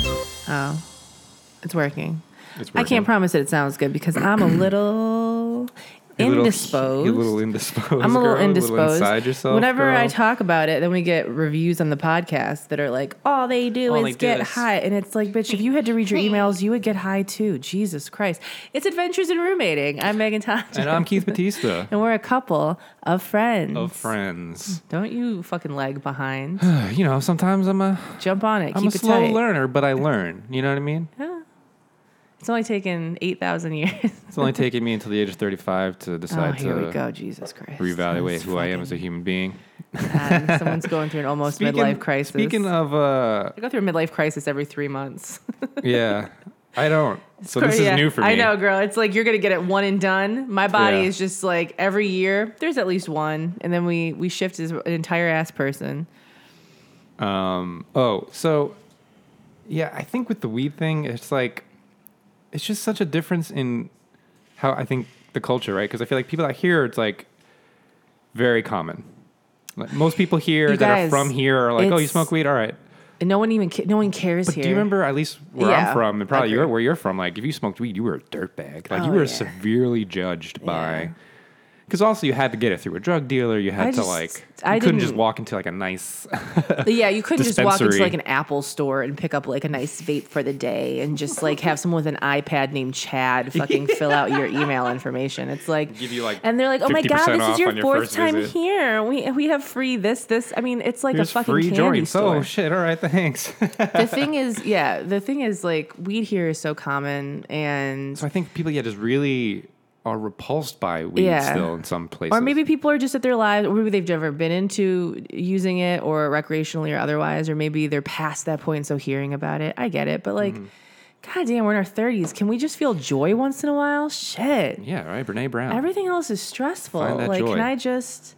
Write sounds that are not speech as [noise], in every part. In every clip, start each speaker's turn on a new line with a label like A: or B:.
A: Oh, it's working.
B: It's
A: I
B: working.
A: can't promise that it sounds good because I'm a little
B: [clears throat] You little-
A: indisposed.
B: You little indisposed.
A: I'm a little
B: girl,
A: indisposed.
B: inside yourself.
A: Whenever I
B: girl.
A: talk about it, then we get reviews on the podcast that are like, "All they do
C: All they
A: is
C: do
A: get
C: is-
A: high," and it's like, "Bitch, if you had to read your emails, you would get high too." Jesus Christ! It's Adventures in Roommating. I'm Megan Todd,
B: and I'm Keith Batista
A: [laughs] and we're a couple of friends. [sighs]
B: of Friends.
A: Don't you fucking lag behind?
B: [laughs] You know, sometimes I'm a
A: Jump on it.
B: am
A: Keep
B: a
A: it
B: slow
A: tight.
B: learner, but I learn. You know what
A: [laughs]
B: I mean?
A: It's only taken eight thousand years. [laughs]
B: It's only taken me until the age of 35 to
A: oh,
B: decide
A: here we
B: to
A: go. Jesus Christ!
B: reevaluate
A: Someone's
B: who I am as a human being.
A: fucking mad. Someone's going through an almost midlife crisis.
B: Speaking of, uh,
A: I go through a midlife crisis every three months. [laughs]
B: yeah, I don't. So this is
A: Yeah.
B: new for me.
A: I know, girl. It's like you're gonna get it one and done. My body
B: Yeah.
A: is just like every year. There's at least one, and then we we shift as an entire ass person.
B: Oh, so yeah, I think with the weed thing, it's like it's just such a difference in how I think the culture, right? Because I feel like people out here, it's like very common. Like most people here
A: You
B: that
A: guys,
B: are from here are like, "Oh, you
A: it's-
B: smoke weed? All right."
A: And no one even ca- no one cares
B: But
A: here.
B: do you remember at least where
A: Yeah,
B: I'm from, and probably
A: agree.
B: you're, where you're from? Like, if you smoked weed, you were a dirtbag. Like,
A: Oh,
B: you were
A: yeah.
B: severely judged
A: Yeah.
B: by. Because also, you had to get it through a drug dealer. You had
A: I
B: to
A: just-
B: like, you
A: I
B: couldn't just
A: didn't-
B: walk into like a nice [laughs]
A: Yeah, you couldn't just walk into
B: Dispensary.
A: like an Apple store and pick up like a nice vape for the day, and just like have someone with an iPad named Chad fucking fill out your email information. It's like
B: Give you, like,
A: and they're like, oh my god,
B: 50%
A: this
B: off
A: is your
B: on your
A: fourth
B: first
A: time
B: visit."
A: here. We we have free this this. I mean, it's like
B: here's
A: a fucking
B: free
A: candy
B: joints.
A: store.
B: Oh shit! All right, thanks. [laughs]
A: the thing is, yeah, the thing is, like, weed here is so common, and
B: So I think people, yeah, just really are repulsed by weed
A: Yeah.
B: still in some places.
A: or maybe people are just at their lives, or maybe they've never been into using it, or recreationally or otherwise, or maybe they're past that point, so hearing about it, I get it, but
B: Mm-hmm.
A: like. God damn, we're in our 30s. Can we just feel joy once in a while? Shit.
B: Yeah, right. Brene Brown.
A: Everything else is stressful.
B: Find that
A: Like,
B: joy.
A: can I just,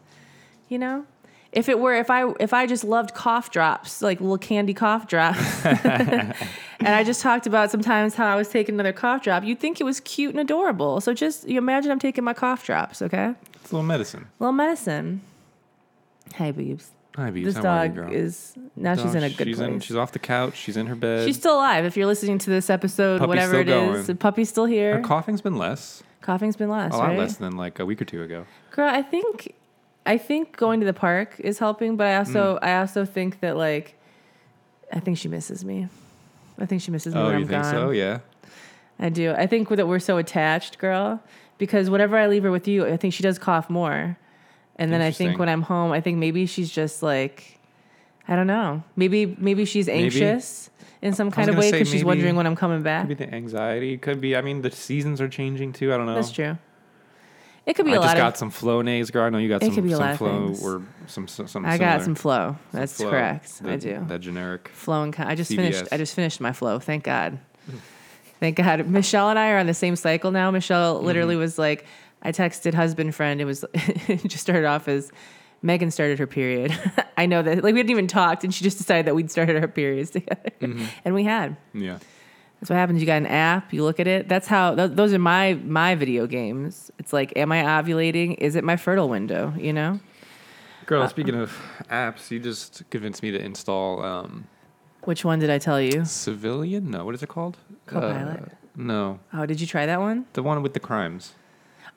A: you know, if it were, if I, if I just loved cough drops, like little candy cough
B: [laughs]
A: drops, and I just talked about sometimes how I was taking another cough drop, you'd think it was cute and adorable. So just you imagine I'm taking my cough drops, okay?
B: It's a little medicine.
A: Little medicine. Hey, boobs.
B: Hi, Beebs.
A: This
B: How are you,
A: dog
B: girl?
A: is now she's
B: Dog,
A: in a good
B: she's
A: place.
B: she's off the couch. She's in her bed.
A: She's still alive. If you're listening to this episode,
B: Puppy's
A: whatever
B: still
A: it is,
B: going.
A: the puppy's still here.
B: her coughing's been less,
A: Coughing's been less,
B: a lot
A: right?
B: less than like a week or two ago.
A: Girl, I think, I think going to the park is helping,
B: Mm.
A: but I also, I also think that like, I think she misses me. I think she misses me
B: oh,
A: when
B: you
A: I'm
B: think
A: gone.
B: so? Yeah.
A: I do. I think that we're so attached, girl, because whenever I leave her with you, I think she does cough more. And then I think
B: Interesting.
A: when I'm home, I think maybe she's just like, I don't know. Maybe maybe she's anxious in some kind of
B: gonna
A: way
B: say
A: because she's
B: maybe-
A: wondering when I'm coming back.
B: Could be the anxiety. Could be. I mean, the seasons are changing too. I don't know.
A: That's true. It could be
B: I
A: a
B: just
A: lot
B: got
A: of.
B: some flow nays, girl. I know you got
A: It
B: some,
A: could be a
B: some
A: lot of
B: flow
A: things.
B: or some some. some
A: I got
B: similar-
A: some flow. That's
B: flow.
A: correct.
B: The-
A: I do.
B: That generic.
A: flow and con- I just finished.
B: CVS.
A: I just finished my flow. Thank God. Thank God. Michelle and I are on the same cycle now. Michelle literally was like, I texted husband friend. It was [laughs] it just started off as Megan started her period. [laughs] I know that like we hadn't even talked, and she just decided that we'd started our periods [laughs] together, and we had.
B: Yeah.
A: That's what happens. You got an app. You look at it. That's how. Th- those are my my video games. It's like, am I ovulating? Is it my fertile window? You know. Uh,
B: Girl, speaking of apps, you just convinced me to install um,
A: Which one did I tell you?
B: Civilian? No, what is it called?
A: Copilot?
B: Uh, no,
A: Oh, did you try that one?
B: the one with the crimes.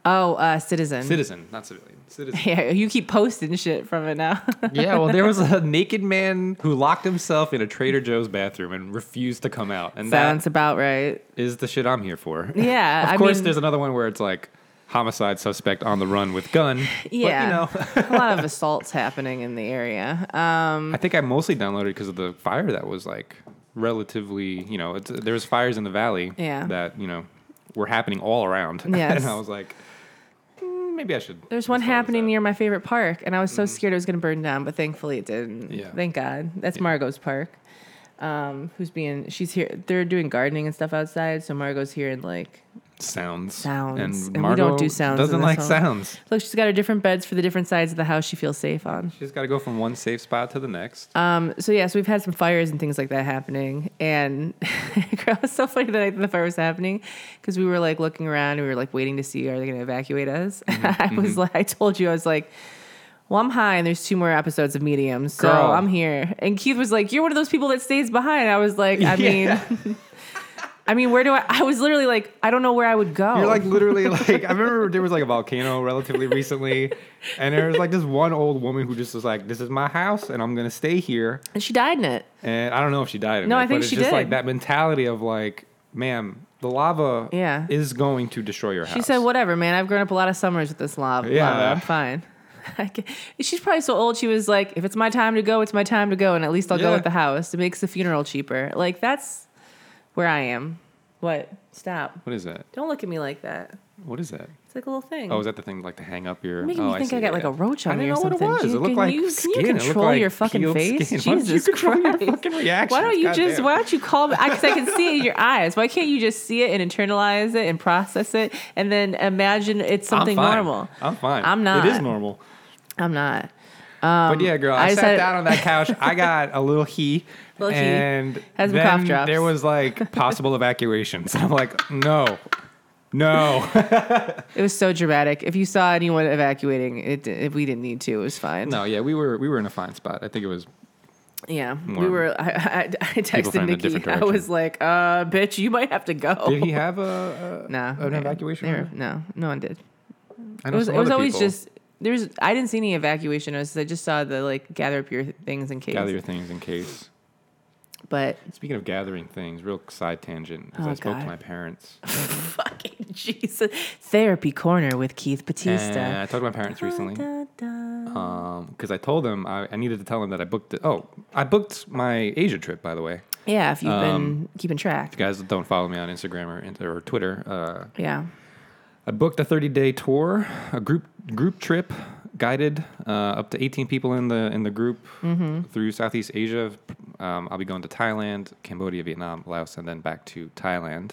A: Oh, uh, Citizen.
B: Citizen, not civilian. Citizen.
A: [laughs] Yeah, you keep posting shit from it now. [laughs]
B: yeah, well, there was a naked man who locked himself in a Trader Joe's bathroom and refused to come out, and
A: Sounds
B: that
A: about right.
B: is the shit I'm here for.
A: Yeah,
B: [laughs] of
A: [laughs] I
B: course,
A: mean-
B: there's another one where it's like homicide suspect on the run
A: [laughs]
B: with gun.
A: Yeah.
B: but, you know, [laughs]
A: a lot of assaults happening in the area. Um,
B: I think I mostly downloaded because of the fire that was like relatively, you know, it's, there was fires in the valley
A: Yeah.
B: that you know were happening all around. [laughs]
A: Yes.
B: and I was like, "Mm, maybe I should.
A: there's one
B: install this
A: happening
B: app."
A: near my favorite park, and I was so scared it was going to burn down, but thankfully it didn't.
B: Mm-hmm. Yeah.
A: Thank God. That's Margot's park. Um, who's being? She's here. They're doing gardening and stuff outside, so Margot's here and like
B: sounds.
A: Sounds. And we
B: and,
A: don't
B: Margot
A: do sounds in
B: Doesn't
A: this
B: like
A: home.
B: sounds.
A: look. She's got her different beds for the different sides of the house she feels safe on.
B: She's got to go from one safe spot to the next.
A: Um, so yeah, so we've had some fires and things like that happening, and [laughs] girl, it was so funny the night that the fire was happening because we were like [laughs]
B: Mm-hmm,
A: looking around and we were like waiting to see are they going to evacuate us. I was like, I told you, I was like, well, I'm high and there's two more episodes of Medium, so
B: Girl.
A: I'm here. And Keith was like, you're one of those people that stays behind. I was
B: [laughs]
A: like, [laughs] I
B: Yeah.
A: mean, I mean, where do I? I was literally like, I don't know where I would go.
B: You're like literally like I remember there was like a volcano relatively recently, and there was like this one old woman who just was like, "This is my house, and I'm gonna stay here."
A: and she died in it.
B: And I don't know if she died. Or
A: No,
B: not,
A: I think
B: but it's
A: she
B: just like
A: did.
B: that mentality of like, "Ma'am, the lava
A: Yeah.
B: is going to destroy your house."
A: She said, "Whatever, man. I've grown up a lot of summers with this lava.
B: Yeah.
A: lava. I'm fine." [laughs] I ca- She's probably so old. She was like, "If it's my time to go, it's my time to go, and at least I'll go
B: Yeah.
A: with the house. It makes the funeral cheaper." Like that's where I am. What? Stop!
B: "What is that?
A: Don't look at me like that.
B: What is that?
A: It's like a little thing.
B: Oh, is that the thing like to hang up your?"
A: You're making
B: oh,
A: me think I,
B: see,
A: got like
B: yeah.
A: a roach
B: I
A: on me
B: didn't
A: or
B: know what
A: something.
B: it was.
A: You,
B: It looked
A: can,
B: like
A: you,
B: skin.
A: Can you
B: It looked
A: control
B: like
A: your fucking
B: peeled
A: face?
B: skin. [laughs] Why don't you
A: Jesus
B: control your
A: Christ!
B: fucking
A: Why don't
B: reactions?
A: you just?
B: Goddamn.
A: Why don't you call? Because I can see it in your eyes. Why can't you just see it and internalize it and process it and then imagine it's
B: I'm
A: something
B: fine.
A: normal?
B: I'm fine.
A: I'm not.
B: It is normal.
A: I'm not.
B: but yeah, girl,
A: I
B: I,
A: just
B: sat
A: had-
B: down on that couch.
A: [laughs]
B: I got a little he,
A: Little he.
B: and
A: Had some
B: then
A: cough drops.
B: there
A: [laughs]
B: was like possible evacuations. I'm like, no, no.
A: It was so dramatic. If you saw anyone evacuating, it if we didn't need to, it was fine.
B: [laughs] No, yeah, we were we were in a fine spot. I think it was.
A: Yeah, we
B: Warm.
A: were. I, I, I texted
B: found a
A: Nikki.
B: different
A: I
B: direction.
A: was like, "Uh, bitch, you might have to go."
B: Did he Oh, have a, a
A: Nah,
B: an
A: they-
B: evacuation?
A: they were-
B: order?
A: No, no one did.
B: I
A: It
B: know
A: was.
B: some
A: It was
B: other
A: always
B: people
A: just there's. I didn't see any evacuation notices. I just saw the like gather up your things in case.
B: gather your things in case.
A: But [laughs]
B: Speaking of gathering things, real side tangent. Because
A: Oh,
B: I spoke
A: God.
B: to my
A: [laughs]
B: parents.
A: fucking Jesus, therapy corner with Keith
B: And
A: Batista.
B: I talked to my parents
A: Oh,
B: recently. Uh,
A: Dun, dun, dun.
B: because I told them I, I needed to tell them that I booked it. Oh, I booked my Asia trip, by the way.
A: yeah, if you've been keeping track.
B: um, If you guys don't follow me on Instagram or Int- or Twitter, uh,
A: Yeah.
B: I booked a 30 day tour, a group group trip, guided uh, up to 18 people in the in the group
A: Mm-hmm.
B: through Southeast Asia. Um, I'll be going to Thailand, Cambodia, Vietnam, Laos, and then back to Thailand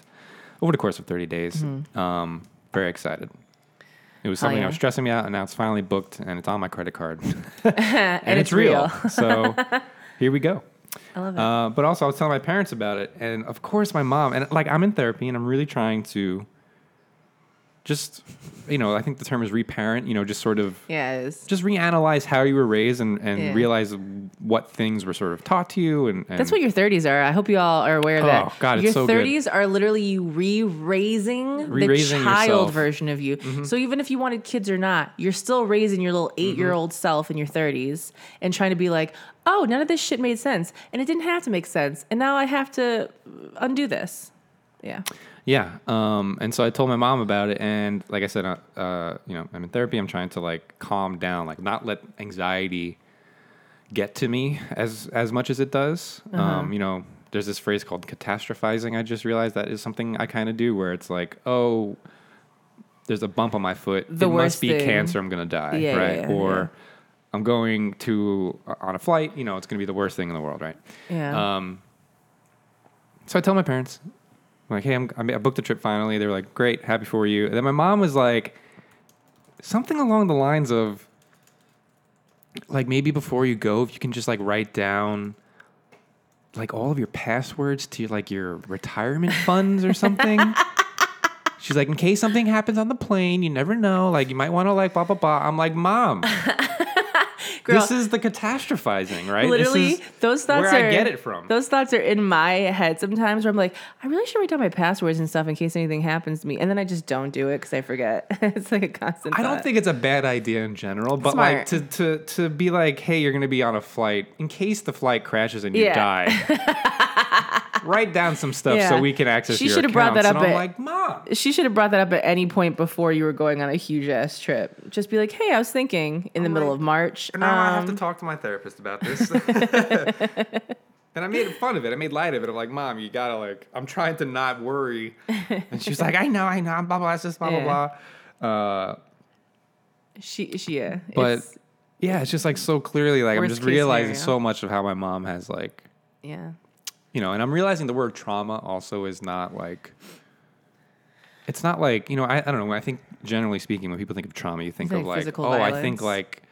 B: over the course of 30 days.
A: Mm-hmm.
B: Um, very excited. It was
A: Hell
B: something
A: yeah.
B: that was stressing me out, and now it's finally booked, and it's on my credit card, [laughs] and,
A: [laughs] And it's real. [laughs]
B: so here we go.
A: I love it.
B: Uh, but also, I was telling my parents about it, and of course, my mom and like I'm in therapy, and I'm really trying to just, you know, I think the term is reparent. You know, just sort of
A: yeah, it is.
B: just reanalyze how you were raised and and
A: Yeah.
B: realize what things were sort of taught to you. And, and
A: That's what your 30s are. I hope you all are aware that
B: Oh, God, it's
A: your
B: so good.
A: 30s are literally you re-raising,
B: Re-raising
A: the child
B: yourself. Mm-hmm.
A: version of you. So even if you wanted kids or not, you're still raising your little 8-year-old self in your 30s and trying to be like, "Oh, none of this shit made sense and it didn't have to make sense and now I have to undo this." Yeah.
B: Yeah. Um, and so I told my mom about it, and like I said, uh, uh, you know, I'm in therapy. I'm trying to like calm down, like not let anxiety get to me as as much as it does.
A: Uh-huh.
B: Um, you know, there's this phrase called catastrophizing. I just realized that is something I kind of do, where it's like, oh, there's a bump on my foot.
A: The
B: it
A: worst
B: must be
A: thing.
B: cancer. I'm gonna die,
A: Yeah, yeah,
B: right?
A: yeah,
B: or
A: yeah.
B: I'm going to uh, on a flight. You know, it's gonna be the worst thing in the world, right?
A: Yeah.
B: Um, so I tell my parents, I'm like, hey, I'm, I booked the trip finally. They were like, great, happy for you. And then my mom was like, something along the lines of, like, maybe before you go, if you can just like write down like all of your passwords to like your
A: [laughs]
B: retirement funds or something. She's like, in case something happens on the plane, you never know. Like, you might want to like blah blah blah. I'm like, mom,
A: [laughs] Girl.
B: this is the catastrophizing, right? This
A: Literally,
B: is
A: those thoughts
B: where
A: are
B: I get it from.
A: Those thoughts are in my head sometimes, where I'm like, I really should write down my passwords and stuff in case anything happens to me, and then I just don't do it because I forget. [laughs] it's like a constant.
B: I don't
A: thought.
B: think it's a bad idea in general, but like to,
A: Smart.
B: to to be like, hey, you're gonna be on a flight in case the flight crashes and you
A: Yeah.
B: die.
A: [laughs]
B: write down some stuff so
A: Yeah.
B: we can access.
A: She
B: your
A: should have brought that
B: accounts."
A: up
B: And I'm
A: at-
B: like, mom,
A: she should have brought that up at any point before you were going on a huge ass trip. Just be like, hey, I was thinking in the
B: I'm
A: middle
B: like,
A: of March.
B: now I have to
A: um,
B: talk to my therapist
A: [laughs]
B: about this. and I made fun of it. I made light of it. I'm like, mom, you gotta like, I'm trying to not worry. And she's like, I know, I know, blah blah, it's just blah
A: Yeah.
B: blah blah. Uh,
A: she, she, yeah.
B: but
A: It's-
B: yeah, it's just like so clearly like I'm
A: Worst
B: just
A: case
B: realizing
A: scenario.
B: so much of how my mom has like
A: yeah.
B: you know, and I'm realizing the word trauma also is not like, it's not like, you know, I, I don't know. I think generally speaking, when people think of trauma, you think,
A: think
B: of like, oh,
A: physical
B: I
A: violence.
B: think like,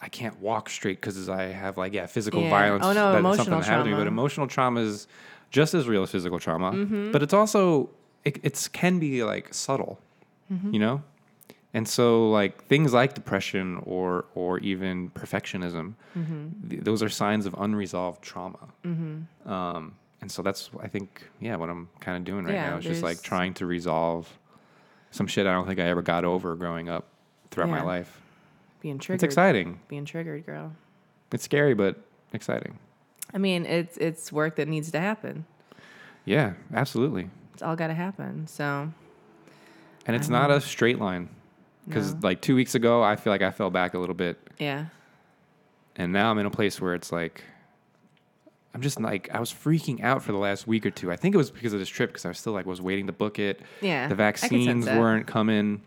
B: I can't walk straight because I have like, yeah, physical
A: Yeah.
B: violence.
A: Oh, no,
B: that
A: emotional
B: something that happened to me. But
A: trauma.
B: emotional trauma is just as real as physical
A: Mm-hmm. Mm-hmm.
B: trauma, but it's also, it it's, can be like subtle, you know? And so like things like depression or or even perfectionism,
A: Mm-hmm.
B: th- those are signs of unresolved trauma. Um, and so that's I think yeah what I'm kind of doing right
A: Yeah,
B: now is just like
A: there's-
B: trying to resolve some shit I don't think I ever got over growing up throughout my
A: Yeah.
B: life.
A: Being triggered.
B: It's exciting.
A: Being triggered, girl.
B: It's scary but exciting.
A: I mean, it's it's work that needs to happen.
B: Yeah, absolutely.
A: It's all got to happen. So
B: And it's not a straight line because
A: No.
B: like two weeks ago I feel like I fell back a little bit
A: yeah,
B: and now I'm in a place where it's like I'm just like I was freaking out for the last week or two. I think it was because of this trip because I was still like was waiting to book it.
A: yeah.
B: The
A: I can sense
B: vaccines
A: that.
B: weren't coming.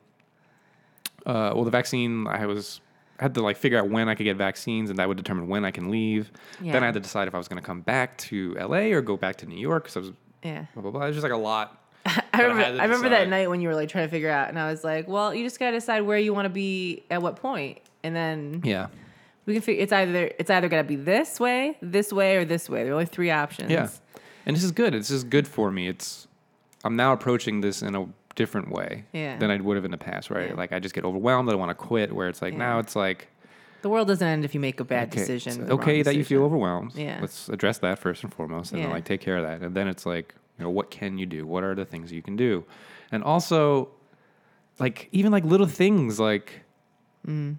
B: Uh, well, the vaccine I was had to like figure out when I could get vaccines, and that would determine when I can leave. Then
A: Yeah.
B: I had to decide if I was going to come back to LA or go back to New York because I was
A: Yeah.
B: blah blah blah. It's just like a lot.
A: I
B: I
A: remember,
B: had to
A: I remember that
B: decide.
A: night when you were like trying to figure out, and I was like, "Well, you just gotta decide where you want to be at what point, and then
B: Yeah,
A: we can figure. It's either it's either gonna be this way, this way, or this way. There are only three options.
B: yeah. And this is good. This is good for me. It's I'm now approaching this in a different way
A: Yeah.
B: than I would have in the past. Right?
A: Yeah.
B: Like I just get overwhelmed. I want to quit. Where it's like
A: Yeah.
B: now it's like
A: the world doesn't end if you make a bad
B: okay,
A: decision.
B: it's
A: the wrong
B: okay that you feel
A: decision.
B: overwhelmed.
A: Yeah.
B: Let's address that first and foremost, and then
A: Yeah.
B: like take care of that. And then it's like, you know, what can you do? What are the things you can do? And also, like even like little things like,
A: Mm.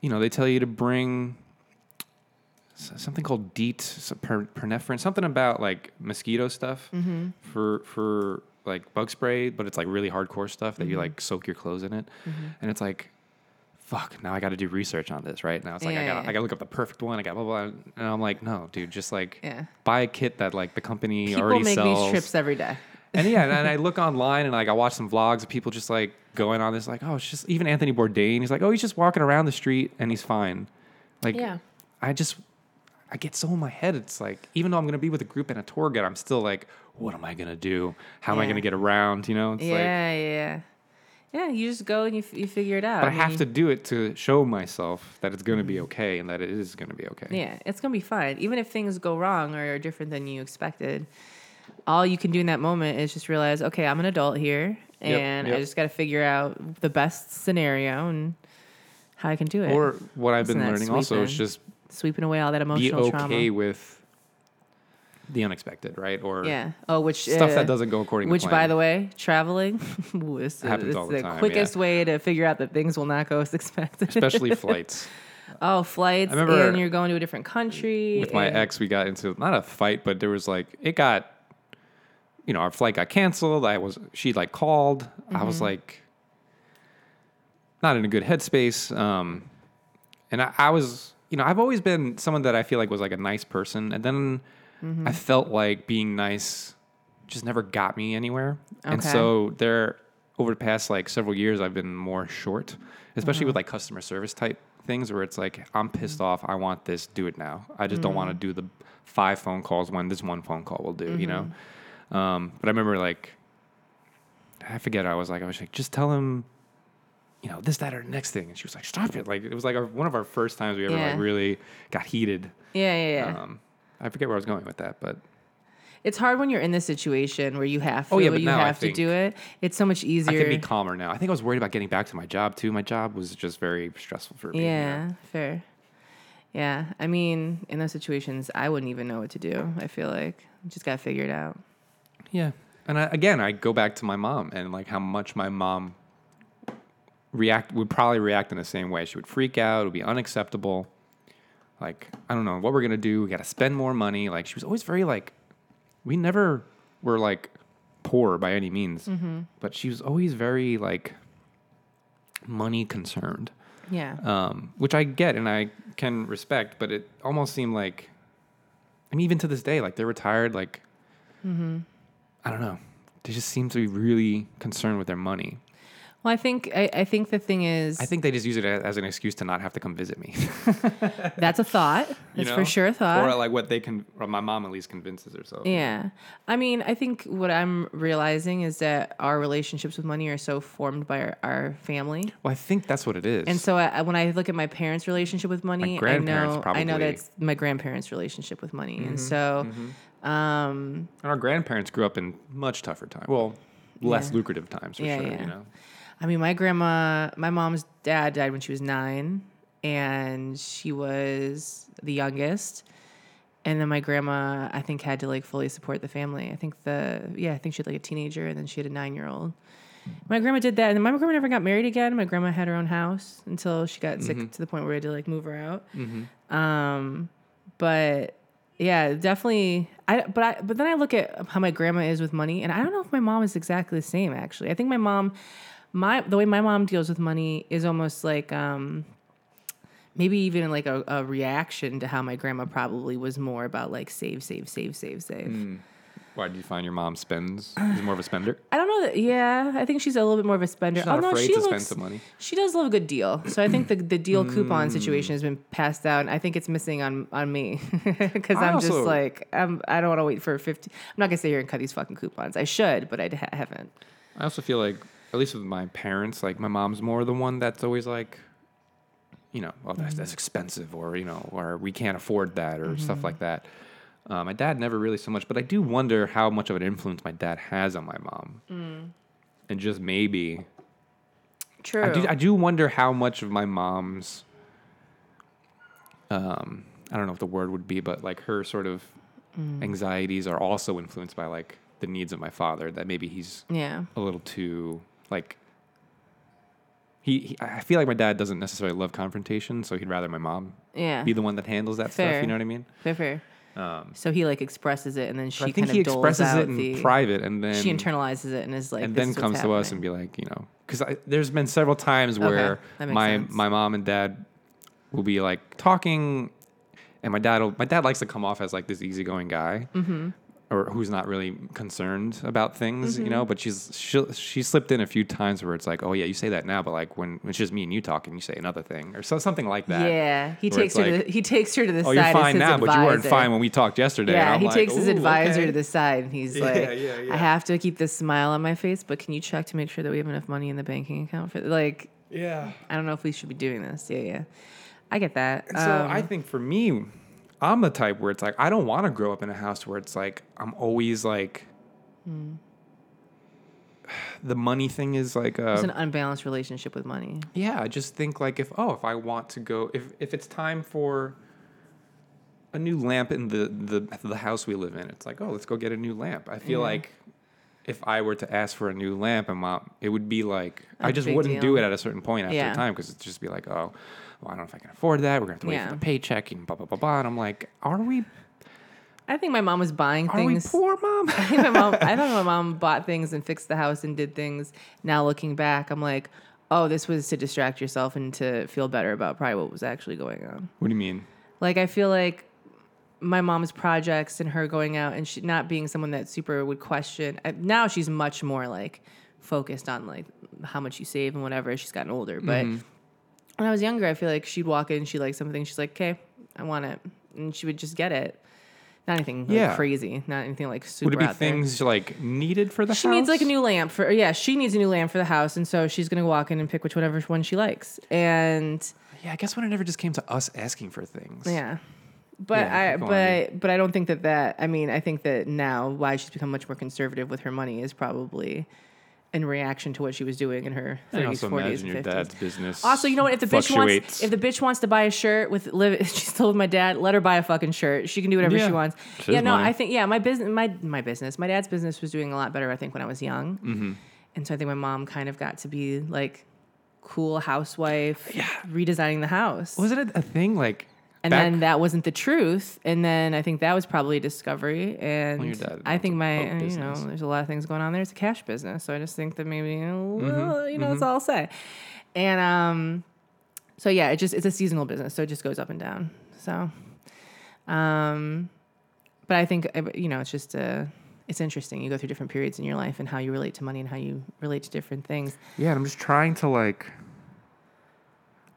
B: you know, they tell you to bring s- something called DEET, so per- pernephrine, something about like mosquito stuff
A: Mm-hmm.
B: for for like bug spray, but it's like really hardcore stuff that you
A: Mm-hmm.
B: like soak your clothes in it, and it's like. Fuck! Now I got to do research on this, right? Now it's like I
A: Yeah,
B: got
A: yeah.
B: to I gotta look up the perfect one. I got blah blah, blah. and I'm like, no, dude, just like
A: Yeah.
B: buy a kit that like the company
A: People
B: already
A: make
B: sells.
A: these trips every day. [laughs]
B: And yeah, and I look online and like I watch some vlogs of people just like going on this like, oh, it's just even Anthony Bourdain. He's like, oh, he's just walking around the street and he's fine. Like,
A: Yeah.
B: I just I get so in my head. It's like even though I'm gonna be with a group and a tour guide, I'm still like, what am I gonna do? How am I
A: Yeah.
B: gonna get around? You know, it's
A: yeah,
B: like,
A: yeah, yeah. You just go and you f- you figure it out.
B: but I
A: mean, Mm.
B: have
A: you-
B: to do it to show myself that it's gonna be okay and that it is gonna be okay.
A: Yeah, it's gonna be fine. Even if things go wrong or are different than you expected, all you can do in that moment is just realize, okay, I'm an adult here,
B: Yep,
A: and
B: yep.
A: I just got to figure out the best scenario and how I can do it.
B: Or what I've been
A: Isn't that
B: learning
A: sweet
B: also is
A: then?
B: just
A: sweeping away all that
B: be
A: emotional
B: okay
A: trauma.
B: with the unexpected, right? Or
A: Yeah. Oh, which
B: stuff
A: uh,
B: that doesn't go according
A: Which,
B: to
A: by
B: plan.
A: the way, traveling [laughs] ooh, this,
B: Happens
A: it's
B: all the
A: the,
B: time, yeah.
A: quickest way to figure out that things will not go as expected.
B: especially flights.
A: [laughs] oh, flights,
B: I remember
A: and you're going to a different country.
B: With my
A: and-
B: ex, we got into not a fight, but there was like it got, you know, our flight got canceled. I was she like called. I
A: Mm-hmm.
B: was like, not in a good headspace. Um, and I, I was, you know, I've always been someone that I feel like was like a nice person, and then I felt like being nice just never got me anywhere. And
A: Okay.
B: so there, over the past like several years, I've been more short, especially with like customer service type things where it's like I'm pissed off. I want this. Do it now. I just don't want to do the five phone calls when this one phone call will do. You know. Um, but I remember like I forget. I was like, I was like, just tell him, you know, this, that, or next thing. And she was like, stop it. Like, it was like our, one of our first times we ever
A: Yeah.
B: like really got heated.
A: Yeah, yeah, yeah.
B: Um, I forget where I was going with that, but
A: It's hard when you're in this situation where you have to,
B: Oh, yeah, but
A: you
B: now I
A: have to
B: think-
A: do it. It's so much
B: I
A: easier.
B: could be calmer now. I think I was worried about getting back to my job too. My job was just very stressful for me. you know?
A: yeah, fair. Yeah, I mean, in those situations, I wouldn't even know what to do. I feel like You just got to figure it out.
B: Yeah. And I, again, I go back to my mom and like how much my mom react would probably react in the same way. She would freak out. It would be unacceptable. Like I don't know what we're gonna do. We gotta spend more money. Like she was always very like, we never were like poor by any means, but she was always very like money concerned
A: Yeah,
B: um, which I get and I can respect, but it almost seemed like, I mean, even to this day, like they're retired, like,
A: Mm-hmm.
B: I don't know. They just seem to be really concerned with their money.
A: well, I think I, I think the thing is
B: I think they just use it a- as an excuse to not have to come visit me. [laughs]
A: that's a thought. That's
B: you know?
A: for sure a thought.
B: Or like what they can, or my mom at least convinces herself.
A: Yeah. I mean, I think what I'm realizing is that our relationships with money are so formed by our, our family.
B: Well, I think that's what it is.
A: And so I, I- when I look at my parents' relationship with money, I
B: grandparents
A: know I know
B: probably. Mm-hmm.
A: that's my grandparents' relationship with money. And so um
B: and our grandparents grew up in much tougher times. Well, less
A: Yeah.
B: lucrative times for
A: Yeah,
B: sure,
A: yeah.
B: you know?
A: I mean, my grandma, my mom's dad died when she was nine, and she was the youngest. And then my grandma, I think, had to like fully support the family. I think the yeah, I think she had like a teenager, and then she had a nine year old. My grandma did that, and then my grandma never got married again. My grandma had her own house until she got sick to the point where we had to like move her out. Um, but yeah, definitely. I but I but then I look at how my grandma is with money, and I don't know if my mom is exactly the same. Actually, I think my mom, my the way my mom deals with money is almost like um, maybe even like a, a reaction to how my grandma probably was more about like save, save, save, save, save.
B: Hmm. Why do you find your mom spends? Is more of
A: [sighs]
B: a spender?
A: I don't know that. Yeah, I think she's a little bit more of a spender.
B: She's not
A: Although
B: afraid
A: Oh, she
B: to spend
A: looks-
B: some money.
A: She does love a good deal, so I think the the deal coupon situation has been passed down. I think it's missing on on me [laughs] because
B: I
A: I'm just
B: also-
A: like I'm. I don't want to wait for fifty. I'm not gonna sit here and cut these fucking coupons. I should, but I d- ha- haven't.
B: I also feel like, at least with my parents, like my mom's more the one that's always like, you know, oh, that's, that's expensive, or you know, or we can't afford that, or stuff like that. Uh, my dad never really so much, but I do wonder how much of an influence my dad has on my mom, and just maybe
A: True.
B: I do, I do wonder how much of my mom's, um, I don't know what the word would be, but like her sort of anxieties are also influenced by like the needs of my father. That maybe he's
A: yeah.
B: a little too like. He, he, I feel like my dad doesn't necessarily love confrontation, so he'd rather my mom
A: Yeah.
B: be the one that handles that stuff.
A: Fair.
B: You know what I mean?
A: Fair. Fair. so he like expresses it, and then she
B: I think
A: kind of
B: he
A: doles
B: expresses
A: out
B: it in
A: the.
B: private, and then
A: she internalizes it and is like,
B: and
A: this
B: then
A: is what's
B: comes to us and
A: happening.
B: be like, you know, because there's been several times where
A: that makes
B: my
A: sense.
B: my mom and dad will be like talking, and my dad will, my dad likes to come off as like this easygoing guy,
A: Mm-hmm.
B: or who's not really concerned about things, you
A: Mm-hmm.
B: know. But she's she she slipped in a few times where it's like, oh yeah, you say that now, but like when, when it's just me and you talking, you say another thing or so something like that.
A: yeah, he
B: where
A: takes
B: it's
A: her. to
B: like,
A: the, he takes her to the side.
B: Oh, you're
A: as
B: fine
A: his
B: now, but you weren't
A: advisor.
B: fine when we talked yesterday. and
A: Yeah,
B: I'm
A: he
B: like,
A: takes his
B: "Ooh,
A: advisor
B: okay."
A: to the side and he's
B: [laughs] Yeah,
A: like,
B: yeah, yeah.
A: I have to keep this smile on my face, but can you check to make sure that we have enough money in the banking account for like
B: Yeah.
A: I don't know if we should be doing this. Yeah, yeah. I get that.
B: And so
A: Um,
B: I think for me, I'm the type where it's like I don't want to grow up in a house where it's like I'm always like
A: Hmm.
B: [sighs] the money thing is like
A: it's
B: a,
A: an unbalanced relationship with money.
B: yeah. I just think like if oh if I want to go if if it's time for a new lamp in the the the house we live in, it's like oh let's go get a new lamp. I feel
A: Yeah.
B: like. If I were to ask for a new lamp, and my, it would be like
A: A
B: I just
A: big
B: wouldn't
A: deal.
B: do it at a certain point after
A: Yeah.
B: a time because it'd just be like, oh, well, I don't know if I can afford that. We're gonna have to wait
A: Yeah.
B: for the paycheck and blah blah blah blah. And I'm like, are we
A: I think my mom was buying things. [laughs]
B: poor, mom? [laughs]
A: I think my mom. I thought my mom bought things and fixed the house and did things. Now looking back, I'm like, oh, this was to distract yourself and to feel better about probably what was actually going on.
B: What do you mean?
A: Like I feel like my mom's projects and her going out and she not being someone that super would question. I, now she's much more like focused on like how much you save and whatever. as She's gotten older, but
B: Mm-hmm.
A: when I was younger, I feel like she'd walk in, she liked something, she's like, "Okay, I want it," and she would just get it. Not anything like,
B: Yeah.
A: crazy, not anything like super
B: Would it be
A: out there.
B: things like needed for the
A: She
B: house?
A: needs like a new lamp for yeah. She needs a new lamp for the house, and so she's gonna walk in and pick which whatever one she likes. And
B: Yeah, I guess when it never just came to us asking for things.
A: Yeah. But
B: Yeah,
A: I
B: go on,
A: but but I don't think that that I mean I think that now why she's become much more conservative with her money is probably in reaction to what she was doing in her
B: I can
A: 30s,
B: also
A: 40s,
B: imagine your
A: and 50s.
B: dad's business.
A: also, you know what? If the bitch wants
B: fluctuates.
A: if the bitch wants to buy a shirt with [laughs] live, she's still with my dad. Let her buy a fucking shirt. She can do whatever
B: Yeah.
A: she wants.
B: It's
A: yeah,
B: his
A: no,
B: money.
A: I think yeah, my business, my my business, my dad's business was doing a lot better. I think when I was young, mm-hmm. and so I think my mom kind of got to be like cool housewife,
B: Yeah.
A: redesigning the house.
B: wasn't it a thing like
A: And
B: back
A: then that wasn't the truth. And then I think that was probably a discovery. And
B: your dad
A: I think
B: owns a boat
A: my, you know,
B: business.
A: there's a lot of things going on there. It's a cash business. So I just think that maybe, you know,
B: Mm-hmm,
A: well, you know that's all I'll say. And um, so, yeah, it just, it's a seasonal business. So it just goes up and down. So, um, but I think, uh, you know, it's just uh it's interesting. You go through different periods in your life and how you relate to money and how you relate to different things.
B: Yeah, and I'm just trying to like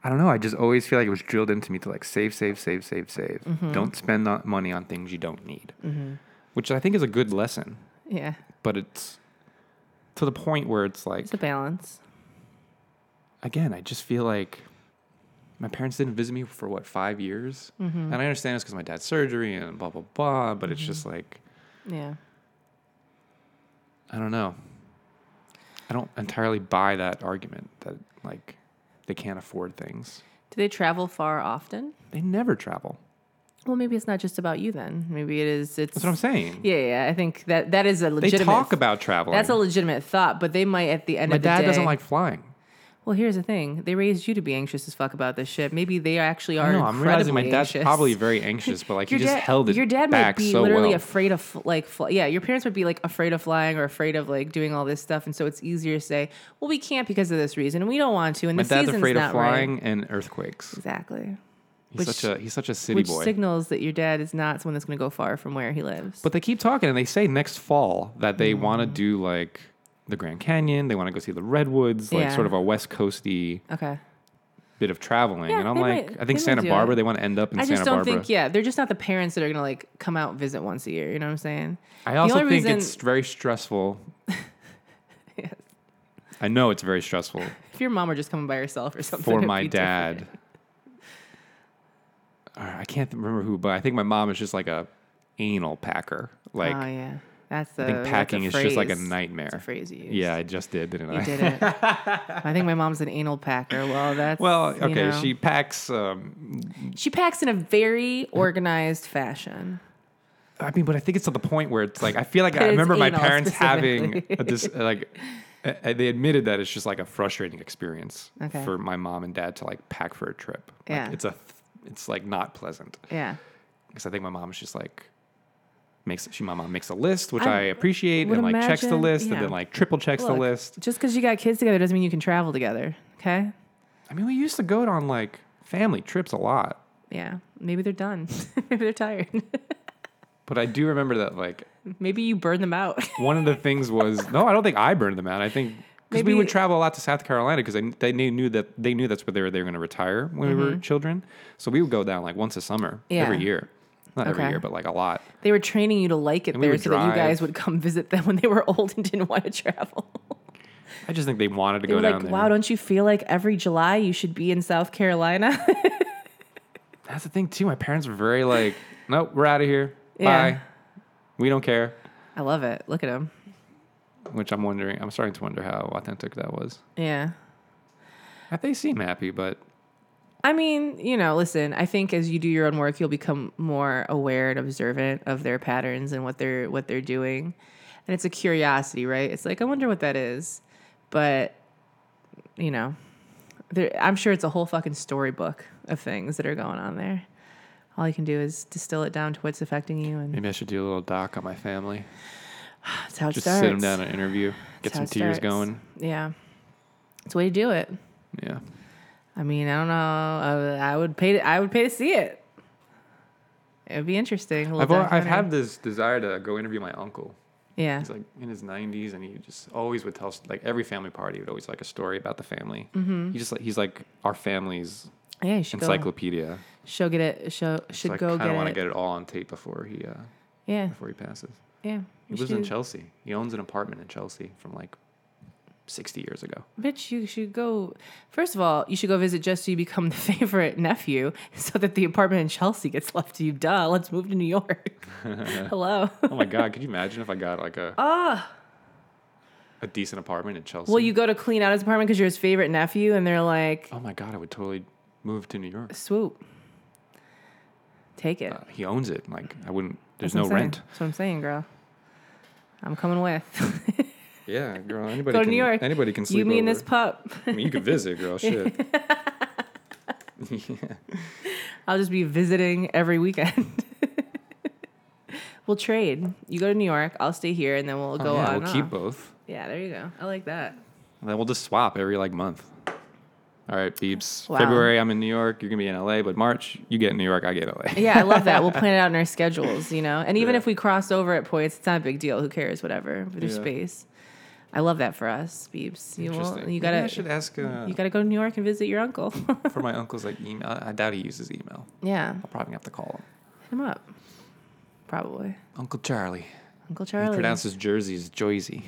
B: I don't know, I just always feel like it was drilled into me to like save, save, save, save, save. Don't spend on money on things you don't need. Which I think is a good lesson,
A: Yeah.
B: but it's to the point where it's like
A: It's a balance.
B: again, I just feel like my parents didn't visit me for what five years, and I understand it's because my dad's surgery and blah blah blah. But it's just like
A: Yeah.
B: I don't know. I don't entirely buy that argument that like they can't afford things.
A: Do they travel far often?
B: They never travel.
A: Well, maybe it's not just about you then. Maybe it is. It's
B: That's what I'm saying.
A: yeah, yeah. I think that that is a
B: they
A: legitimate.
B: talk about traveling.
A: that's a legitimate thought, but they might at the end
B: My
A: of the
B: dad
A: day.
B: doesn't like flying.
A: Well, here's the thing: they raised you to be anxious as fuck about this shit. Maybe they actually are.
B: No, I'm realizing my
A: incredibly
B: dad's
A: anxious.
B: probably very anxious, but like he just
A: dad,
B: held it
A: Your dad
B: back
A: might be
B: so
A: literally
B: well.
A: afraid of fl- like fl- yeah. Your parents would be like afraid of flying or afraid of like doing all this stuff, and so it's easier to say, well, we can't because of this reason. We don't want to, and
B: my
A: the
B: dad's
A: season's
B: afraid
A: not
B: of
A: right.
B: flying and earthquakes.
A: Exactly. Which-
B: He's such a he's such a city
A: Which
B: boy.
A: signals that your dad is not someone that's going to go far from where he lives.
B: But they keep talking and they say next fall that they want
A: Mm.
B: to do like the Grand Canyon. They want to go see the redwoods, like
A: Yeah.
B: sort of a West Coasty
A: okay.
B: bit of traveling.
A: Yeah,
B: and I'm
A: they
B: like,
A: might- they
B: I think
A: might
B: Santa
A: do
B: Barbara.
A: it.
B: They want to end up in
A: I
B: Santa
A: just don't
B: Barbara.
A: think, yeah, they're just not the parents that are going to like come out visit once a year. You know what I'm saying?
B: I
A: The
B: also
A: only
B: think
A: reason-
B: it's very stressful.
A: [laughs] Yes.
B: I know it's very
A: [laughs]
B: stressful
A: If your mom were just coming by herself or [laughs] something.
B: for
A: it'd
B: my
A: be different.
B: dad. Or I can't remember who, but I think my mom is just like a anal packer. Like
A: oh yeah, that's the.
B: I think
A: that's a
B: packing is just like a
A: phrase.
B: nightmare.
A: It's a phrase you use.
B: yeah, I just did, didn't
A: You
B: I?
A: did
B: [laughs]
A: it. I think my mom's an anal packer. Well, that's
B: Well,
A: you
B: okay,
A: know.
B: she packs. Um,
A: she packs in a very organized fashion.
B: I mean, but I think it's to the point where it's like I feel
A: [laughs]
B: like I
A: It's
B: remember my
A: anal
B: parents having
A: [laughs]
B: a dis- like uh, they admitted that it's just like a frustrating experience
A: Okay.
B: for my mom and dad to like pack for a trip. Like,
A: Yeah.
B: it's a th- it's like not pleasant
A: Yeah.
B: because I think my mom is just like makes she my mom makes a list which I,
A: I
B: appreciate
A: would
B: and like checks the
A: imagine-
B: list
A: yeah.
B: and then like triple checks the
A: Look,
B: list.
A: Just because you got kids together doesn't mean you can travel together. Okay.
B: I mean, we used to go on like family trips a lot.
A: Yeah. Maybe they're done. [laughs] Maybe they're tired. [laughs]
B: But I do remember that like
A: Maybe you burn them out.
B: one of the things was no, I don't think I burned them out. I think because
A: Maybe-
B: we would travel a lot to South Carolina because they, they knew- knew that they knew that's where they were they were going to retire when we were children. So we would go down like once a summer
A: Mm-hmm. Yeah.
B: every year, not every
A: Okay.
B: year, but like a lot.
A: they were training you to like it
B: we
A: there
B: would
A: so that you
B: drive.
A: guys would come visit them when they were old and didn't want to travel.
B: I just think they wanted to
A: They
B: go
A: were
B: down
A: like,
B: there.
A: wow, don't you feel like every July you should be in South Carolina? [laughs]
B: that's the thing too. My parents were very like, nope, we're out of here.
A: Yeah.
B: Bye. We don't care.
A: I love it. Look at him.
B: Which I'm wondering. I'm starting to wonder how authentic that was.
A: Yeah.
B: Uh, They seem happy, but
A: I mean, you know, listen, I think as you do your own work, you'll become more aware and observant of their patterns and what they're what they're doing. And it's a curiosity, right? It's like, I wonder what that is. But you know, there I'm sure it's a whole fucking storybook of things that are going on there. All you can do is distill it down to what's affecting you and
B: maybe I should do a little doc on my family.
A: that's how it
B: Just
A: starts.
B: sit them down and interview, get
A: That's how
B: some
A: it
B: tears
A: starts.
B: going.
A: Yeah. It's a way to do it.
B: Yeah.
A: I mean, I don't know. I, I would pay. To, I would pay to see it. It would be interesting. a little
B: I've, al- I've
A: documentary.
B: had this desire to go interview my uncle.
A: Yeah.
B: He's like in his 90s, and he just always would tell us, like every family party would always like a story about the family. He just like he's like our family's
A: Yeah, you Mm-hmm. should go.
B: encyclopedia.
A: She'll get it. She'll should
B: so I
A: go
B: kind
A: get
B: of want
A: it.
B: to get it all on tape before he uh,
A: Yeah.
B: before he passes.
A: Yeah. You
B: He lives in
A: should-
B: Chelsea. He owns an apartment in Chelsea from like 60 years ago.
A: Bitch, you should go. First of all, you should go visit just so you become the [laughs] favorite nephew, so that the apartment in Chelsea gets left to you. Duh. Let's move to New
B: [laughs]
A: York. Hello.
B: Oh my god! Could you imagine if I got like a a decent apartment in Chelsea?
A: Ah. Well, you go to clean out his apartment because you're his favorite nephew, and they're like,
B: oh my god! I would totally move to New York.
A: swoop. Take it.
B: Uh, he owns it. Like I wouldn't. There's
A: That's what
B: no
A: I'm saying.
B: rent.
A: That's what I'm saying, girl. I'm coming
B: [laughs]
A: with. [laughs]
B: Yeah, girl. Anybody
A: Go to
B: can,
A: New York.
B: Anybody can sleep
A: You mean
B: over.
A: this pup? [laughs]
B: I mean, you could visit, girl. Shit.
A: I'll just be visiting every weekend. [laughs] we'll trade. You go to New York. I'll stay here, and then we'll go
B: Oh, yeah,
A: on.
B: we'll
A: and
B: keep
A: off.
B: both.
A: Yeah, there you go. I like
B: [laughs]
A: that.
B: And then we'll just swap every like month. All right, peeps.
A: Wow.
B: February, I'm in New York. You're gonna be in LA, but March, you get New York, I get LA.
A: Yeah, I love that. We'll plan it out in our schedules, you know. And even
B: Yeah.
A: if we cross over at points, it's not a big deal. Who cares? Whatever. There's
B: Yeah.
A: space. I love that for us, Beeps. You will. You
B: Maybe I
A: gotta.
B: should ask uh,
A: You gotta go to New York and visit your uncle. [laughs]
B: for my uncle's like email. I doubt he uses email.
A: yeah,
B: I'll probably have to call him.
A: hit him up. Probably,
B: Uncle Charlie.
A: Uncle
B: He
A: Charlie.
B: pronounces Jersey as Joisy.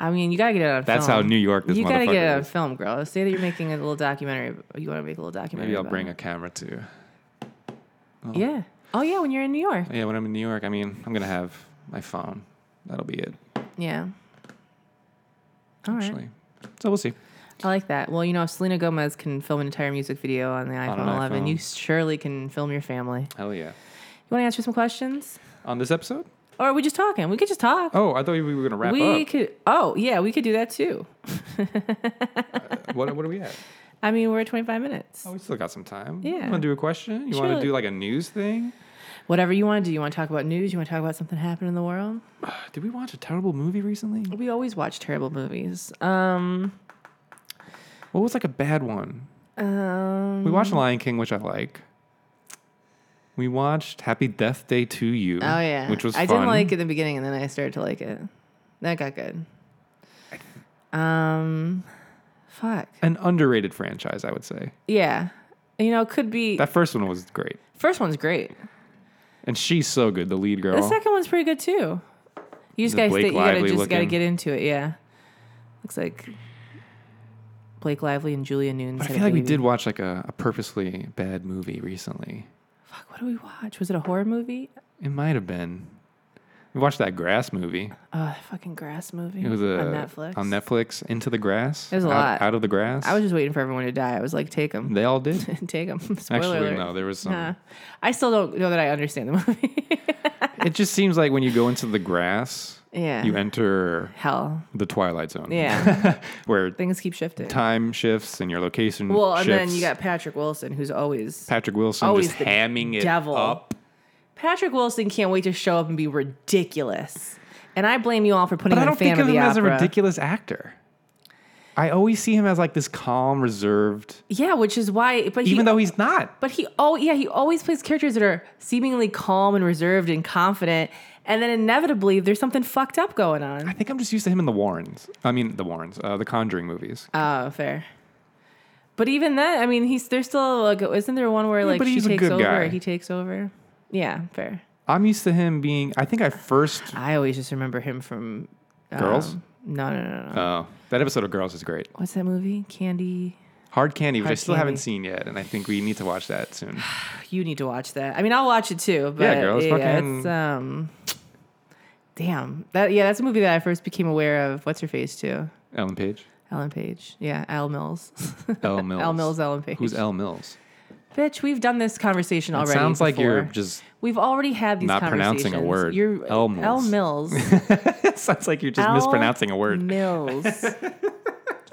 A: I mean, you gotta get it on.
B: That's
A: film.
B: how New York this
A: You gotta get it
B: motherfucker
A: on
B: is.
A: film, girl. Say that you're making a little documentary. You want to make a little documentary.
B: Maybe I'll
A: about
B: bring a
A: it.
B: camera too.
A: Yeah. Oh yeah, when you're in New York.
B: Yeah, when I'm in New York, I mean, I'm gonna have my phone. That'll be it.
A: Yeah. All right.
B: actually. So we'll see.
A: I like that. Well, you know, if Selena Gomez can film an entire music video on the iPhone
B: an
A: 11,
B: iPhone.
A: you surely can film your family.
B: Hell
A: You
B: yeah.
A: want to answer some questions?
B: On this episode?
A: Or are we just talking? We could just talk.
B: Oh, I thought we were going to wrap
A: we could. Oh, yeah, we could do that too.
B: up. what, what are
A: [laughs]
B: we at?
A: I mean, we're at 25 minutes.
B: Oh, we still got some time. You
A: Yeah.
B: want to do a question? You want
A: Sure.
B: to do like a news thing?
A: Whatever you want to do. You want to talk about news? You want to talk about something happening in the world?
B: Uh, Did we watch a terrible movie recently?
A: We always watch terrible movies. Um,
B: What was like a bad one?
A: um,
B: We watched Lion King, which I like. We watched Happy Death Day to You.
A: oh, yeah.
B: which was
A: I
B: fun.
A: didn't like it in the beginning, and then I started to like it. That got good. Um, fuck.
B: An underrated franchise, I would say.
A: Yeah. You know, it could be.
B: That first one was great,
A: First one's great.
B: and she's so good, the lead girl.
A: The second one's pretty good too. You just
B: The
A: gotta,
B: Blake
A: stay, you gotta
B: Lively
A: just gotta
B: looking-
A: get into it. Yeah, looks like Blake Lively and Julia Nunes.
B: but I
A: had a
B: feel like we
A: baby.
B: did watch like a, a purposely bad movie recently.
A: Fuck, what do we watch? Was it a horror movie?
B: It might have been. We watched that grass movie.
A: Oh, that fucking grass movie.
B: It was a
A: on Netflix.
B: On Netflix, Into the Grass.
A: There's a
B: Out-
A: lot.
B: Out of the grass.
A: I was just waiting for everyone to die. I was like, take
B: [laughs]
A: them,
B: They all did.
A: [laughs] take them. [laughs] Spoiler
B: Actually,
A: alert.
B: no. There was some.
A: Nah. I still don't know that I understand the [laughs] movie.
B: It just seems like when you go into the grass,
A: yeah.
B: you enter
A: Hell.
B: the Twilight Zone. [laughs]
A: Yeah.
B: where
A: Things keep shifting.
B: time shifts and your location.
A: well, and
B: shifts.
A: then you got Patrick Wilson, who's always
B: Patrick Wilson
A: always
B: just
A: the
B: hamming it
A: devil.
B: up.
A: Patrick Wilson can't wait to show up and be ridiculous. And I blame you all for putting
B: But I
A: him in
B: don't
A: fan
B: think
A: of
B: of him
A: the
B: as a
A: opera.
B: ridiculous actor. I always see him as like this calm, reserved,
A: yeah, which is why. But he,
B: even though he's not.
A: but he oh yeah, he always plays characters that are seemingly calm and reserved and confident, and then inevitably there's something fucked up going
B: I
A: on.
B: think I'm just used to him in the Warrens. I mean, the Warrens, uh, the Conjuring movies.
A: Oh, fair. But even then, I mean, he's there's still like, isn't there one where like
B: but
A: she
B: he's a
A: takes
B: good
A: over,
B: guy.
A: he takes over? Yeah, fair.
B: I'm used to him being. I think I first.
A: I always just remember him from um,
B: Girls?
A: No, no, no, no.
B: Oh, that episode of Girls is great.
A: What's that movie? Candy.
B: Hard Candy, which I
A: Hard
B: still
A: Candy.
B: haven't seen yet, and I think we need to watch that soon.
A: [sighs] You need to watch that. I mean, I'll watch it too. But
B: Yeah,
A: yeah,
B: girl, it's fucking-
A: it's, um, damn. That yeah, that's a movie that I first became aware of. What's her face too?
B: Ellen Page,
A: Ellen Page. Yeah, Al Mills. [laughs]
B: L Mills,
A: Al Mills, Ellen Page.
B: Who's L Mills?
A: Bitch, we've done this conversation
B: It
A: already.
B: sounds like you're
A: before. [laughs]
B: just.
A: We've already had these
B: not
A: conversations.
B: pronouncing a word.
A: You're
B: Al
A: Al
B: Mills.
A: Mills.
B: it sounds like you're [laughs] just
A: Al
B: mispronouncing a word.
A: Mills.
B: [laughs]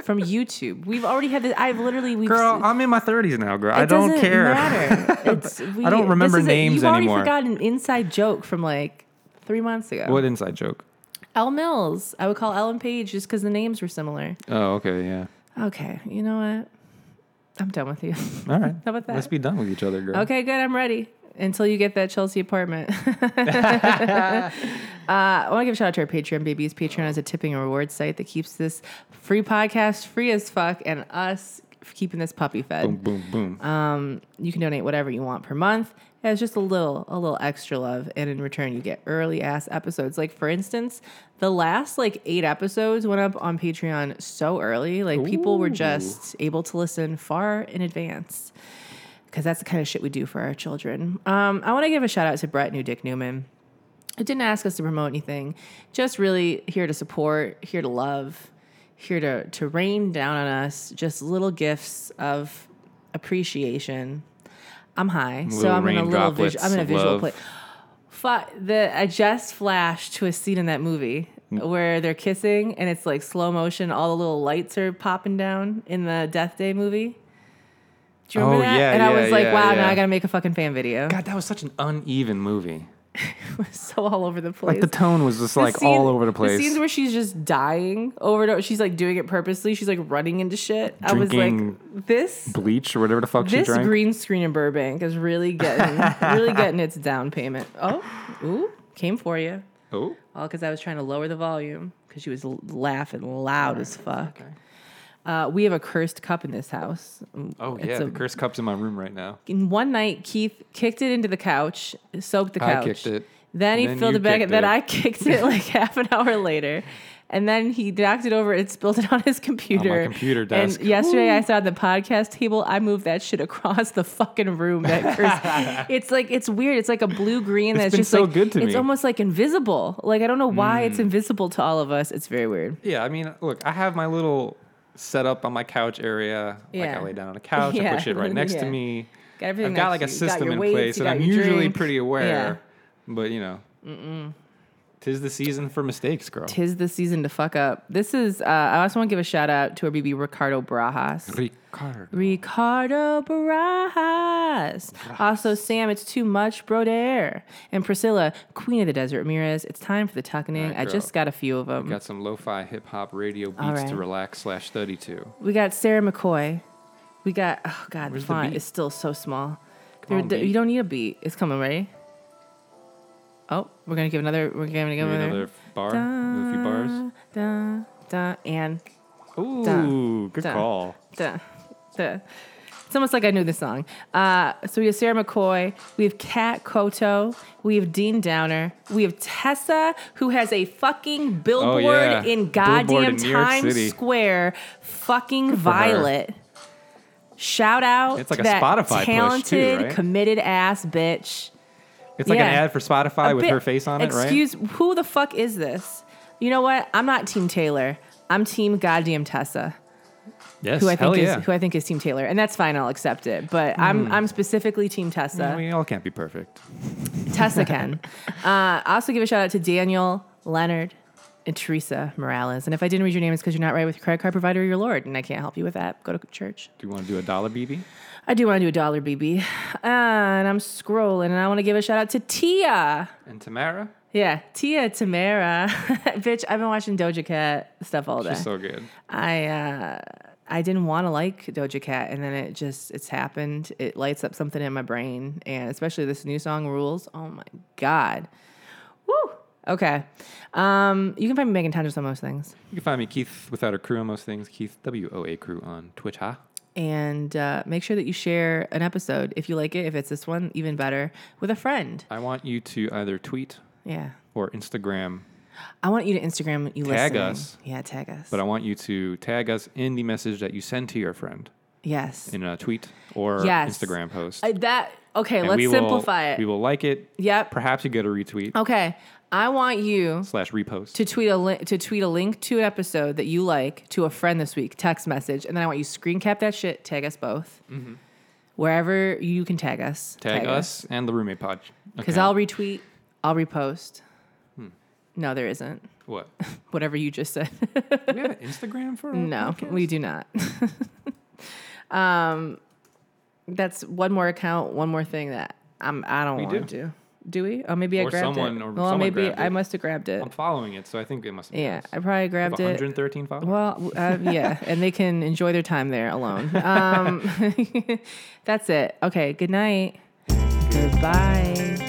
A: From YouTube. We've already had this. I've literally we've
B: Girl,
A: s-
B: I'm in my 30s now, girl.
A: It
B: I don't
A: doesn't
B: care. [laughs]
A: Matter. It's, we,
B: don't
A: this
B: remember
A: is a-
B: names
A: you've
B: anymore.
A: already forgotten an inside joke from like three months ago.
B: What inside joke?
A: L Mills. I would call Ellen Page just because the names were similar.
B: Oh, okay, yeah.
A: Okay, you know what? I'm done
B: [laughs]
A: with you.
B: All right.
A: How about that?
B: Let's be done with each other, girl.
A: okay, good. I'm ready. Until you get that Chelsea
B: [laughs]
A: apartment. [laughs] uh, I want to give a shout out to our Patreon babies. Patreon is a tipping and reward site that keeps this free podcast free as fuck and us keeping this puppy fed.
B: Boom, boom, boom.
A: Um, you can donate whatever you want per month. And It's just a little, a little extra love, and in return, you get early ass episodes. Like for instance, the last like eight episodes went up on Patreon so early, like people were
B: Ooh.
A: just able to listen far in advance, because that's the kind of shit we do for our children. Um, I want to give a shout out to Brett New Dick Newman. It didn't ask us to promote anything, just really here to support, here to love, here to, to rain down on us just little gifts of appreciation. I'm high, so
B: Little
A: I'm in a
B: rain
A: little
B: droplets
A: visual. I'm in a
B: of
A: visual
B: love.
A: play. Fu- the I just flashed to a scene in that movie
B: Mm.
A: where they're kissing and it's like slow motion. All the little lights are popping down in the Death Day movie. Do you remember
B: Oh,
A: that?
B: yeah,
A: and I
B: yeah,
A: was like,
B: yeah,
A: wow, now
B: yeah.
A: I gotta make a fucking fan video. [laughs]
B: God, that was such an uneven movie.
A: so all over the place.
B: Like the tone was just
A: The
B: like
A: scene-
B: all over the place.
A: scenes where she's just dying overdose. She's like doing it purposely. She's like running into shit. I was
B: Drinking
A: like, this
B: Bleach or whatever the fuck
A: this
B: she drank.
A: green screen in Burbank is really getting
B: [laughs]
A: really getting its down payment. Oh, ooh, came for you.
B: oh,
A: All because I was trying to lower the volume because she was l- laughing loud as fuck. Uh, we have a cursed cup in this house.
B: oh
A: It's
B: yeah.
A: a-
B: the cursed cup's in my room right now.
A: in one night, Keith kicked it into the couch, soaked the
B: I
A: couch.
B: kicked it.
A: Then he
B: Then
A: filled
B: you
A: it back.
B: kicked
A: Then [laughs]
B: it.
A: I kicked it like half an hour later. And then he knocked it over and spilled it on his computer.
B: computer desk.
A: And yesterday I saw on the podcast table, I moved that shit across the fucking room.
B: [laughs]
A: That curse. it's like it's weird. It's like a blue green that's
B: been
A: just
B: so
A: like
B: good to
A: it's
B: me. Mm.
A: almost like invisible. Like I don't know why it's invisible to all of us. It's very weird.
B: Yeah, I mean, look, I have my little setup on my couch area. Like
A: Yeah.
B: I lay down on a couch, I
A: [laughs] Yeah.
B: put shit right next
A: Yeah.
B: to me.
A: Got everything
B: I've got
A: next
B: like a
A: to you. You got
B: system
A: your
B: in
A: weights,
B: place,
A: you
B: and
A: got
B: I'm
A: your
B: usually
A: drink.
B: pretty aware.
A: Yeah.
B: But you know, tis the season for mistakes, girl.
A: Tis the season to fuck up. This is. Uh, I also want to give a shout out to our BB Ricardo Barajas.
B: Ricardo.
A: Ricardo Barajas. Also, Sam, it's too much, Broder. And Priscilla, Queen of the Desert Ramirez. It's time for the tuckening.
B: All right,
A: I just got a few of them.
B: Got some lo-fi hip-hop radio beats
A: All
B: to
A: right.
B: relax slash study to.
A: we got Sarah McCoy. We got, oh God,
B: Where's
A: the
B: the
A: font
B: beat?
A: is still so small.
B: Come
A: There-
B: on,
A: there-
B: beat.
A: you don't need a beat. It's coming, ready? Oh, we're going to give another, we're going to give another.
B: Maybe another bar, a few bars.
A: Da, da, and
B: Ooh, good
A: Dun.
B: call.
A: Duh. Duh. It's almost like I knew the song. Uh, so we have Sarah McCoy, we have Kat Koto, we have Dean Downer, we have Tessa, who has a fucking billboard
B: Oh, yeah.
A: in
B: Billboard
A: goddamn
B: in New York City.
A: Times Square, fucking
B: for her.
A: Violet. Shout out
B: It's like
A: to
B: a
A: that
B: Spotify push too,
A: talented,
B: right?
A: committed ass bitch.
B: It's like an
A: Yeah.
B: ad for Spotify
A: A
B: with
A: bit-
B: her face on it, right?
A: Excuse, who the fuck is this? You know what? I'm not Team Taylor. I'm Team Goddamn Tessa
B: Yes,
A: who I
B: hell
A: think
B: yeah. Hmm.
A: is who I think is Team Taylor, and that's fine. I'll accept it. But I'm I'm specifically Team Tessa.
B: we all can't be perfect. [laughs]
A: Tessa can. Uh, I also give a shout out to Daniel Leonard and Teresa Morales. And if I didn't read your name, it's because you're not right with your credit card provider or your Lord, and I can't help you with that. Go to church.
B: Do you want to do a dollar BB?
A: I do want to do a dollar BB, Uh, and I'm scrolling, and I want to give a shout out to Tia.
B: And Tamara,
A: Yeah, Tia Tamara, [laughs] bitch. I've been watching Doja Cat stuff all day.
B: she's so good.
A: I uh, I didn't want to like Doja Cat, and then it just it's happened. It lights up something in my brain, and especially this new song "Rules." Oh my god, woo! Okay, um, you can find me Megan Tenders on most things,
B: You can find me Keith without a crew on most things. Keith W O A crew on Twitch, huh?
A: and uh, make sure that you share an episode if you like it. If it's this one, even better with a friend.
B: I want you to either tweet
A: Yeah,
B: or Instagram,
A: I want you to Instagram what you
B: Tag
A: listening.
B: us.
A: Yeah, tag us.
B: but uh, I want you to tag us in the message that you send to your friend
A: yes,
B: in a tweet or
A: Yes.
B: Instagram post.
A: I, that okay.
B: And
A: let's
B: we will-
A: simplify
B: We
A: it.
B: will like it.
A: Yep.
B: Perhaps you get a retweet
A: Okay, I want you.
B: slash repost.
A: to tweet a li- to tweet a link to an episode that you like to a friend this week, text message, and then I want you to screen cap that shit, tag us both, wherever you can tag us.
B: Mm-hmm. tag us and the roommate pod.
A: because
B: account.
A: I'll retweet, I'll repost.
B: Hmm.
A: No, there isn't. [laughs]
B: what?
A: Whatever you just said.
B: Do we have an Instagram for our
A: no,
B: podcast?
A: we do not. [laughs] um, that's one more account, one more thing that I'm. I don't
B: We
A: want to
B: do.
A: do. Do we? Oh, maybe I
B: Or
A: grabbed
B: someone-
A: it.
B: or
A: well,
B: someone
A: maybe
B: grabbed
A: I
B: it.
A: must have grabbed it.
B: I'm following it, so I think it must. Be
A: yeah,
B: us.
A: I probably
B: We have
A: grabbed it.
B: 113 followers.
A: Well, uh, yeah, and they can enjoy their time there alone. [laughs] Um, that's it. Okay, good night. Goodbye.